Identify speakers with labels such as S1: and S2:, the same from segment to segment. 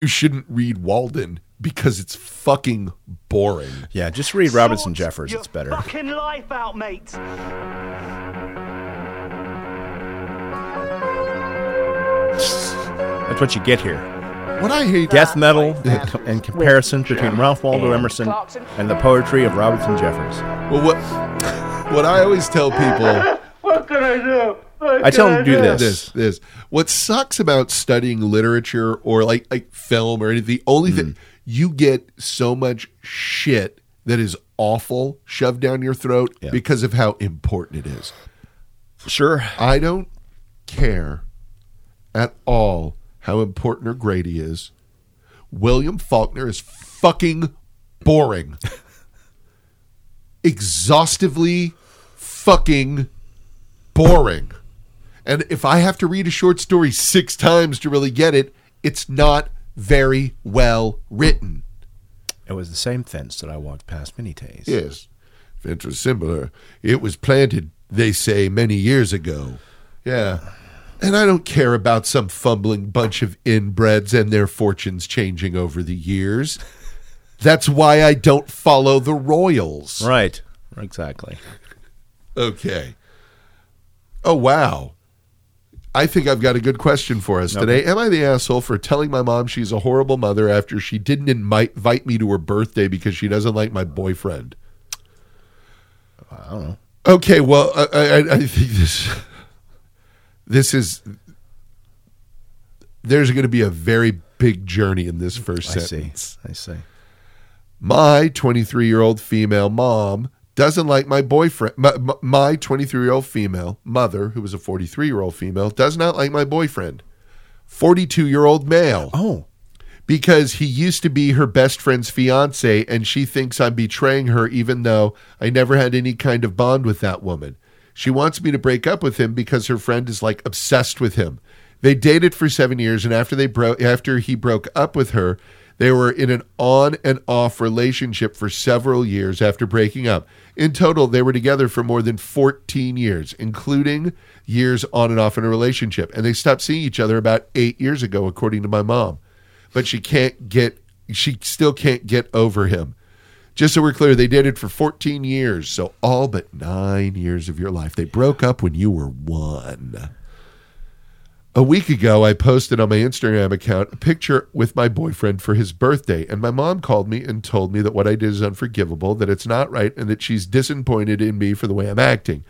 S1: you shouldn't read Walden because it's fucking boring.
S2: Yeah, just read Robinson Jeffers. It's better.
S3: Fucking life out, mate.
S2: That's what you get here.
S1: What I hate
S2: Death metal and comparison between Ralph Waldo Emerson and the poetry of Robinson Jeffers.
S1: Well, what what I always tell people
S4: What can I do? What
S2: I tell
S4: can
S2: him to do this.
S1: this this what sucks about studying literature or like like film or anything the only thing you get so much shit that is awful shoved down your throat
S2: Yeah.
S1: because of how important it is.
S2: Sure.
S1: I don't care at all how important or great he is. William Faulkner is fucking boring. Exhaustively fucking boring. And if I have to read a short story six times to really get it, it's not very well written.
S2: It was the same fence that I walked past many days.
S1: Yes. Fence was similar. It was planted, they say, many years ago. Yeah. And I don't care about some fumbling bunch of inbreds and their fortunes changing over the years. That's why I don't follow the royals.
S2: Right. Exactly.
S1: Okay. Oh, wow. I think I've got a good question for us today. Am I the asshole for telling my mom she's a horrible mother after she didn't invite, invite me to her birthday because she doesn't like my boyfriend?
S2: I don't know.
S1: Okay, well, I, I, I think this this is there's going to be a very big journey in this first
S2: I see.
S1: sentence.
S2: I see.
S1: My 23 year old female mom doesn't like my boyfriend. My- my- My 23 year old female mother, who was a 43 year old female, does not like my boyfriend, 42 year old male,
S2: Oh,
S1: because he used to be her best friend's fiance, and she thinks I'm betraying her, even though I never had any kind of bond with that woman. She wants me to break up with him because her friend is like obsessed with him. They dated for seven years, and after they broke, after he broke up with her, they were in an on and off relationship for several years after breaking up. In total, they were together for more than 14 years, including years on and off in a relationship. And they stopped seeing each other about eight years ago, according to my mom. But she can't get, she still can't get over him. Just so we're clear, they dated for 14 years, so all but nine years of your life. They broke up when you were one. A week ago, I posted on my Instagram account a picture with my boyfriend for his birthday, and my mom called me and told me that what I did is unforgivable, that it's not right, and that she's disappointed in me for the way I'm acting,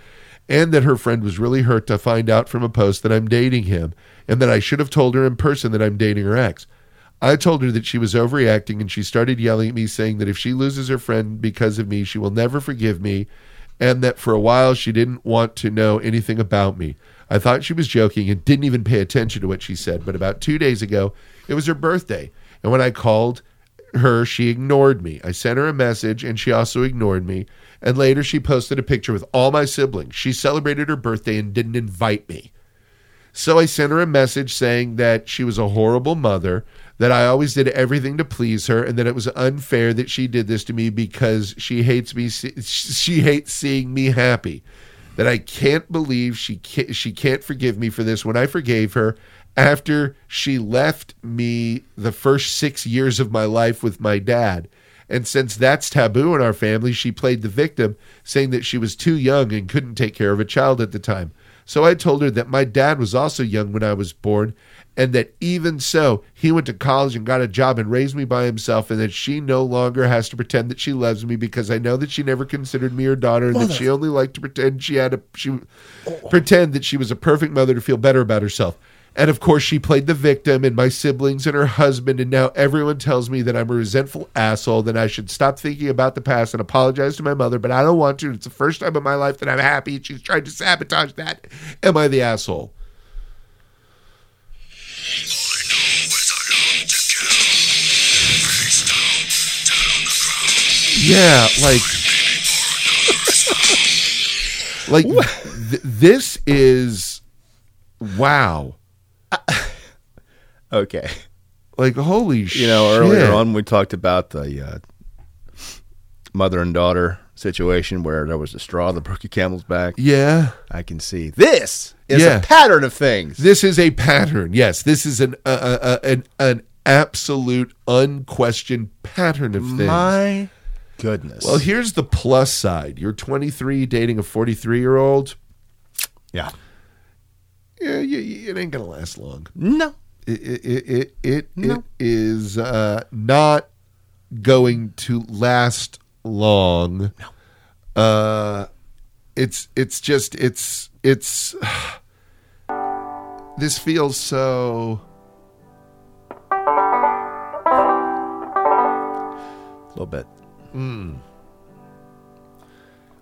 S1: and that her friend was really hurt to find out from a post that I'm dating him, and that I should have told her in person that I'm dating her ex. I told her that she was overreacting, and she started yelling at me, saying that if she loses her friend because of me, she will never forgive me, and that for a while she didn't want to know anything about me. I thought she was joking and didn't even pay attention to what she said, but about two days ago, it was her birthday. And when I called her, she ignored me. I sent her a message and she also ignored me. And later she posted a picture with all my siblings. She celebrated her birthday and didn't invite me. So I sent her a message saying that she was a horrible mother, that I always did everything to please her, and that it was unfair that she did this to me because she hates me. se- She hates seeing me happy. That I can't believe she can't, she can't forgive me for this when I forgave her after she left me the first six years of my life with my dad. And since that's taboo in our family, she played the victim, saying that she was too young and couldn't take care of a child at the time. So I told her that my dad was also young when I was born, and that even so, he went to college and got a job and raised me by himself, and that she no longer has to pretend that she loves me because I know that she never considered me her daughter, and that she only liked to pretend she had a she pretend that she was a perfect mother to feel better about herself. And of course, she played the victim, and my siblings and her husband, and now everyone tells me that I'm a resentful asshole, that I should stop thinking about the past and apologize to my mother, but I don't want to. It's the first time in my life that I'm happy, and she's trying to sabotage that. Am I the asshole? Yeah, like, like th- this is wow.
S2: okay.
S1: Like holy shit.
S2: You know, earlier on we talked about the uh, mother and daughter situation where there was a straw that broke a camel's back.
S1: Yeah.
S2: I can see this is
S1: Yeah.
S2: a pattern of things.
S1: This is a pattern. Yes, this is an uh, uh, uh, an an absolute, unquestioned pattern of things.
S2: My goodness.
S1: well, here's the plus side. You're 23, dating a 43 year old.
S2: yeah.
S1: Yeah, you, you- it ain't gonna last long.
S2: No.
S1: It it it it, it, it
S2: No.
S1: is uh, not going to last long. No. Uh, it's it's just it's it's. This feels so.
S2: A little bit.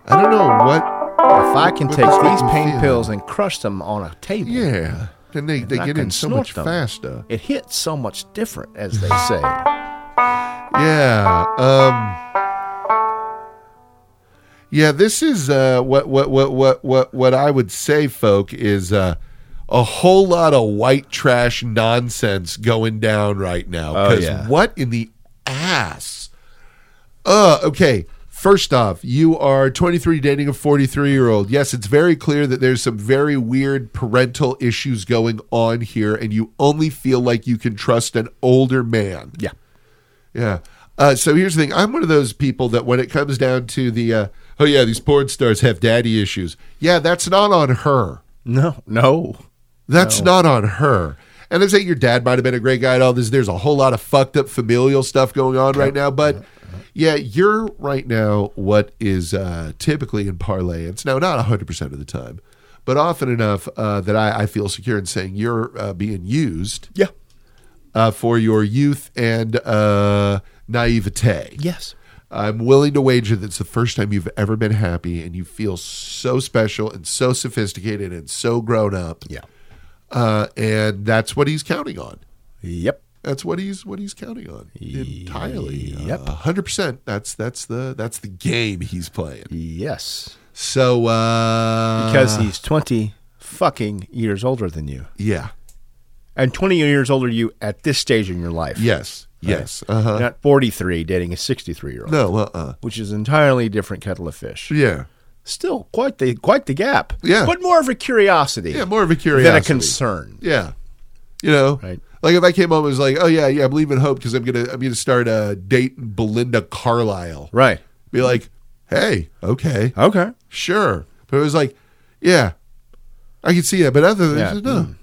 S1: I don't know what.
S2: If I can
S1: What
S2: take
S1: does it make
S2: these
S1: you
S2: pain
S1: feel?
S2: pills and crush them on a table,
S1: Yeah, and they they
S2: I
S1: get
S2: can
S1: in so
S2: snort
S1: much
S2: them.
S1: faster.
S2: it hits so much different, as they say.
S1: Yeah. Um Yeah, this is uh what what what what what what I would say folk is uh a whole lot of white trash nonsense going down right now
S2: Oh,
S1: cuz
S2: yeah.
S1: what in the ass? Uh okay. First off, you are 23 dating a 43 year old. Yes, it's very clear that there's some very weird parental issues going on here, and you only feel like you can trust an older man.
S2: yeah.
S1: Yeah. Uh, so here's the thing. I'm one of those people that when it comes down to the, uh, oh yeah, these porn stars have daddy issues. Yeah, that's not on her.
S2: No. No.
S1: That's not on her. And I say your dad might have been a great guy at all this. There's a whole lot of fucked up familial stuff going on right now, but yeah, you're right now what is uh, typically in parlance. Now, not 100% of the time, but often enough uh, that I, I feel secure in saying you're uh, being used
S2: Yeah.
S1: uh, for your youth and uh, naivete.
S2: Yes.
S1: I'm willing to wager that's the first time you've ever been happy and you feel so special and so sophisticated and so grown up.
S2: Yeah.
S1: Uh, and that's what he's counting on.
S2: Yep.
S1: That's what he's what he's counting on entirely.
S2: Yep.
S1: hundred percent. That's that's the that's the game he's playing.
S2: Yes.
S1: So uh,
S2: Because he's 20 fucking years older than you.
S1: yeah
S2: And 20 years older you at this stage in your life.
S1: yes yes uh huh
S2: Not 43 dating a 63 year old.
S1: no uh uh
S2: Which is an entirely different kettle of fish.
S1: yeah
S2: Still quite the quite the gap.
S1: Yeah.
S2: But more of a curiosity.
S1: yeah more of a curiosity
S2: than a concern.
S1: Yeah, you know,
S2: Right.
S1: like if I came home and was like, "Oh yeah, yeah, I'm leaving Hope because I'm gonna I'm gonna start uh, dating Belinda Carlisle,"
S2: Right.
S1: be like, "Hey, okay,
S2: Okay.
S1: sure," but it was like, "Yeah, I can see that," but other than
S2: Yeah. Mm.
S1: that, no,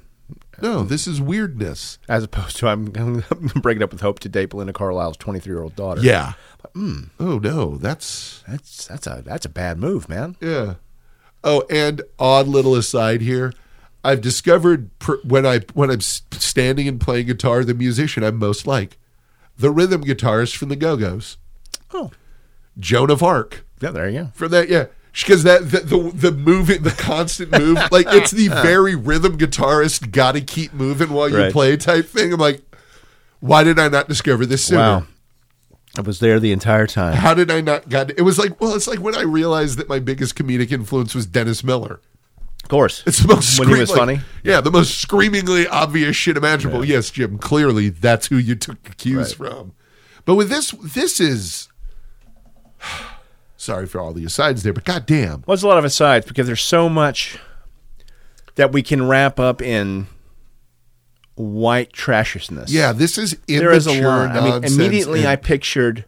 S1: no, this is weirdness.
S2: As opposed to I'm, I'm breaking up with Hope to date Belinda Carlisle's 23 year old daughter.
S1: Yeah.
S2: mm.
S1: Oh no, that's
S2: That's that's a that's a bad move, man.
S1: Yeah. Oh, and odd little aside here. I've discovered pr- when I when I'm s- standing and playing guitar, the musician I'm most like, the rhythm guitarist from the Go Go's,
S2: Oh.
S1: Joan of Arc
S2: Yeah. There you go.
S1: from that. Yeah, because that the, the the moving, the constant move, like it's the very rhythm guitarist. Got to keep moving while you
S2: Uh. Right.
S1: play type thing. I'm like, why did I not discover this sooner?
S2: Wow. I was there the entire time.
S1: How did I not got? It was like, well, it's like when I realized that my biggest comedic influence was Dennis Miller.
S2: Of course.
S1: It's the most
S2: When he
S1: scream-
S2: was
S1: like-
S2: funny?
S1: Yeah, the most screamingly obvious shit imaginable. Yes, Jim. Clearly, that's who you took the cues from. But with this, this is. Sorry for all the asides there, but goddamn.
S2: Well, it's a lot of asides because there's so much that we can wrap up in white trashishness.
S1: Yeah, this is immature
S2: there is a lot. I mean,
S1: nonsense
S2: immediately
S1: and-
S2: I pictured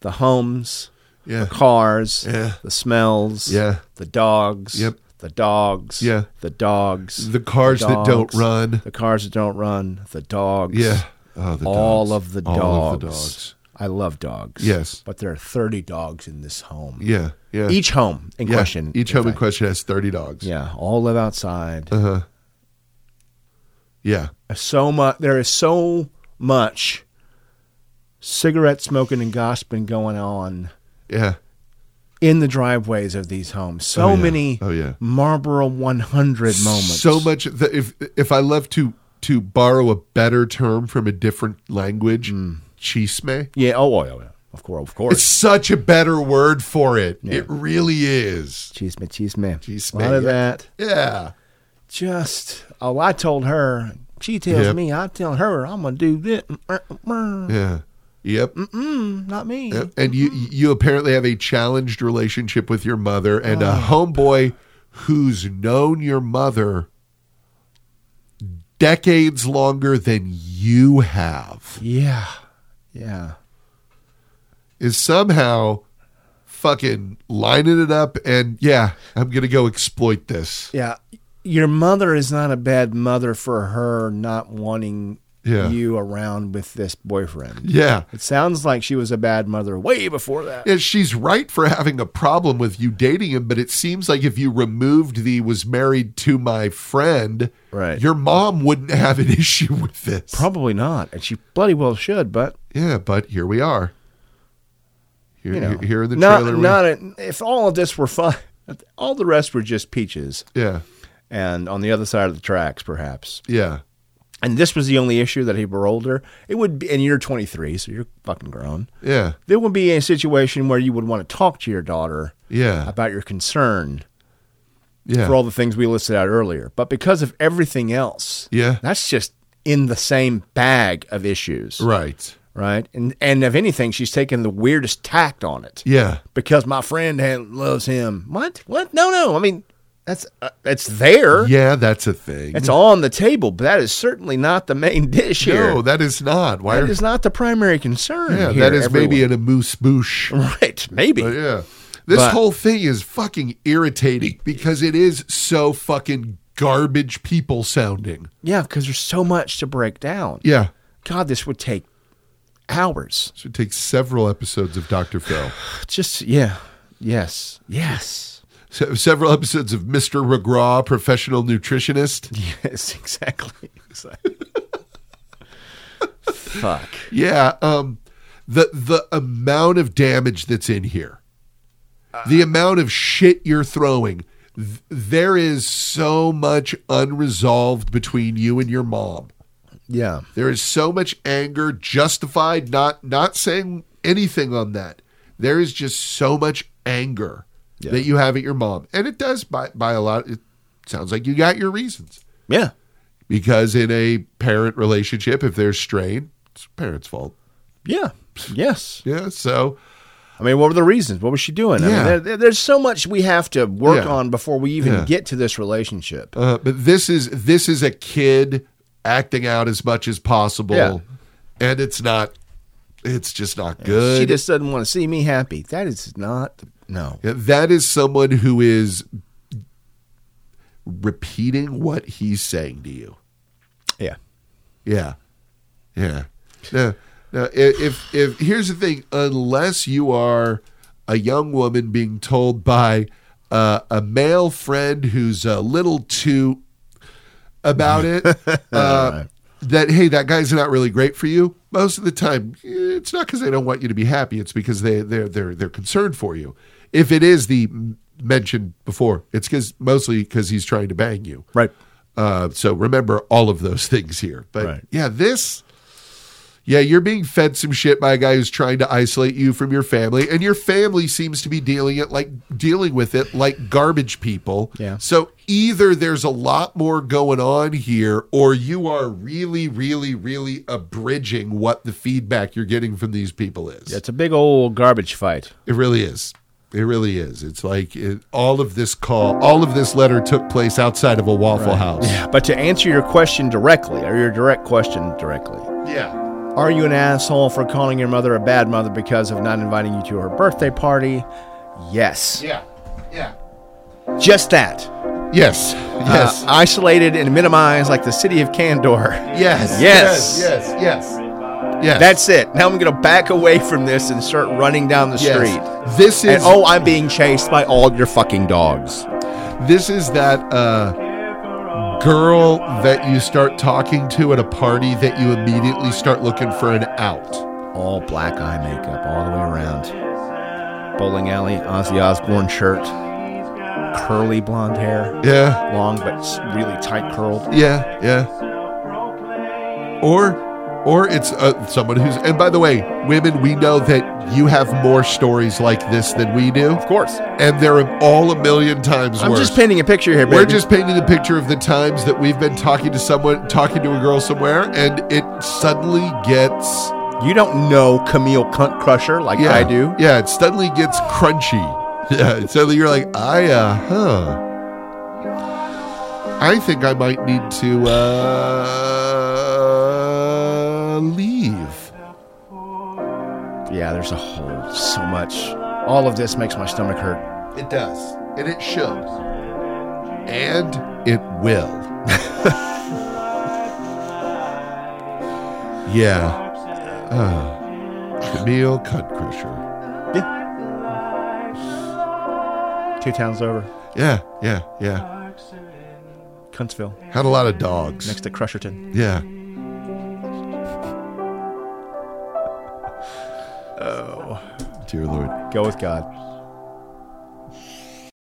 S2: the homes,
S1: Yeah.
S2: the cars,
S1: Yeah.
S2: the smells,
S1: Yeah.
S2: the dogs,
S1: Yep.
S2: the dogs,
S1: Yeah.
S2: the dogs,
S1: The cars that don't
S2: dogs,
S1: run.
S2: the cars that don't run, the dogs,
S1: Yeah. Oh, the
S2: all
S1: dogs.
S2: of the dogs.
S1: All of the dogs.
S2: I love dogs.
S1: Yes.
S2: but there are thirty dogs in this home.
S1: Yeah, yeah.
S2: Each home in
S1: yeah.
S2: question.
S1: Each
S2: in
S1: home in
S2: fact.
S1: question has thirty dogs. Uh-huh.
S2: Yeah, all live outside.
S1: yeah.
S2: so much there is so much cigarette smoking and gossiping going on
S1: yeah.
S2: in the driveways of these homes so
S1: Oh, yeah.
S2: many
S1: Oh, yeah.
S2: marlboro 100 moments
S1: So much that if if I love to to borrow a better term from a different language, chisme.
S2: yeah oh, oh, yeah, of course of
S1: It's
S2: Mm. course
S1: such a better word for it. It really is.
S2: cheese man cheese man
S1: Chisme,
S2: a lot of
S1: yeah.
S2: that
S1: Yeah.
S2: just oh i told her she tells
S1: Yep.
S2: me i tell her i'm gonna do this Mm,
S1: Yeah. Yep.
S2: not me
S1: Yep. Uh, And you you apparently have a challenged relationship with your mother and a homeboy who's known your mother decades longer than you have
S2: Yeah. Yeah.
S1: is somehow fucking lining it up and yeah, I'm going to go exploit this.
S2: Yeah. Your mother is not a bad mother for her not wanting
S1: Yeah.
S2: you around with this boyfriend.
S1: Yeah.
S2: It sounds like she was a bad mother way before that.
S1: And she's right for having a problem with you dating him, but it seems like if you removed the was married to my friend,
S2: Right.
S1: your mom wouldn't have an issue with this.
S2: Probably not. And she bloody well should, but
S1: yeah, but here we are. Here,
S2: you know,
S1: here- here in the
S2: not,
S1: trailer. we-
S2: Not a- if all of this were fun, all the rest were just peaches,
S1: yeah,
S2: and on the other side of the tracks, perhaps.
S1: yeah,
S2: And this was the only issue that he paroled her. It would be, and you're 23, so you're fucking grown.
S1: yeah,
S2: There would be a situation where you would want to talk to your daughter
S1: yeah,
S2: about your concern
S1: yeah.
S2: for all the things we listed out earlier. But because of everything else,
S1: Yeah.
S2: that's just in the same bag of issues,
S1: right.
S2: right? And and if anything, she's taken the weirdest tact on it.
S1: Yeah,
S2: because my friend had, loves him. What? What? No, no. I mean, that's uh, it's there.
S1: yeah, that's a thing.
S2: It's on the table, but that is certainly not the main dish here.
S1: no, that is not. Why?
S2: that
S1: are-
S2: is not the primary concern.
S1: yeah,
S2: here,
S1: that is maybe
S2: everyone.
S1: in a moose boosh.
S2: right. Maybe.
S1: But yeah. This
S2: But-
S1: whole thing is fucking irritating because it is so fucking garbage people sounding.
S2: yeah, because there's so much to break down.
S1: Yeah.
S2: God, this would take hours.
S1: So it takes several episodes of Dr. Phil,
S2: Just yeah, yes, yes,
S1: Se- several episodes of Mr. McGraw, professional nutritionist.
S2: yes. Exactly. Exactly. Fuck.
S1: Yeah. Um, the, the amount of damage that's in here, the amount of shit you're throwing. Th- there is so much unresolved between you and your mom.
S2: Yeah.
S1: There is so much anger justified not not saying anything on that. There is just so much anger
S2: Yeah.
S1: that you have at your mom. And it does by by a lot it sounds like you got your reasons.
S2: Yeah.
S1: Because in a parent relationship if there's strain, it's the parents' fault.
S2: Yeah. Yes.
S1: Yeah, so
S2: I mean, what were the reasons? What was she doing? I mean,
S1: Yeah.
S2: there- there, there's so much we have to work
S1: Yeah.
S2: on before we even
S1: Yeah.
S2: get to this relationship.
S1: uh, but this is this is a kid acting out as much as possible.
S2: Yeah.
S1: And it's not it's just not good.
S2: She just doesn't want to see me happy. That is not no.
S1: Yeah, That is someone who is repeating what he's saying to you.
S2: Yeah,
S1: Yeah. Yeah. Now, now i- if, if here's the thing, unless you are a young woman being told by uh, a male friend who's a little too about it, uh, that hey, that guy's not really great for you. Most of the time, it's not because they don't want you to be happy. It's because they they're they're they're concerned for you. If it is the mentioned before, it's because mostly because he's trying to bang you.
S2: right.
S1: Uh, so remember all of those things here. But
S2: Right.
S1: yeah, this, yeah, you're being fed some shit by a guy who's trying to isolate you from your family, and your family seems to be dealing it like dealing with it like garbage people.
S2: Yeah.
S1: So either there's a lot more going on here, or you are really, really, really abridging what the feedback you're getting from these people is.
S2: It's a big old garbage fight.
S1: It really is. It really is. It's like it, all of this call, all of this letter took place outside of a Waffle House.
S2: But to answer your question directly, or your direct question directly,
S1: yeah.
S2: are you an asshole for calling your mother a bad mother because of not inviting you to her birthday party? Yes,
S1: Yeah. Yeah.
S2: just that.
S1: Yes.
S2: Uh,
S1: Yes.
S2: isolated and minimized like the city of Candor.
S1: yes.
S2: yes.
S1: Yes. Yes. Yes.
S2: That's it. Now I'm going to back away from this and start running down the
S1: Yes.
S2: street.
S1: This
S2: And
S1: is
S2: oh, I'm being chased by all your fucking dogs.
S1: this is that uh, girl that you start talking to at a party that you immediately start looking for an out.
S2: All black eye makeup all the way around. Bowling alley, Ozzy Osbourne shirt, curly blonde hair,
S1: Yeah.
S2: long but s- really tight curled.
S1: Yeah. Yeah. Or or it's uh, someone who's and by the way, women, we know that you have more stories like this than we do,
S2: Of course.
S1: and they're all a million times
S2: I'm
S1: worse.
S2: just painting a picture here, baby.
S1: We're just painting a picture of the times that we've been talking to someone, talking to a girl somewhere, and it suddenly gets.
S2: you don't know Camille Cunt Crusher like
S1: Yeah,
S2: I do.
S1: Yeah, it suddenly gets crunchy. Yeah, suddenly you're like, I, uh, huh. I think I might need to uh, leave.
S2: Yeah, there's a whole so much. All of this makes my stomach hurt.
S1: It does, and it should, and it will. yeah. Uh, Camille Cutcrusher.
S2: Two towns over,
S1: Yeah, yeah, yeah.
S2: Cuntsville,
S1: Had a lot of dogs.
S2: next to Crusherton.
S1: Yeah.
S2: Oh,
S1: Dear Lord.
S2: go with God.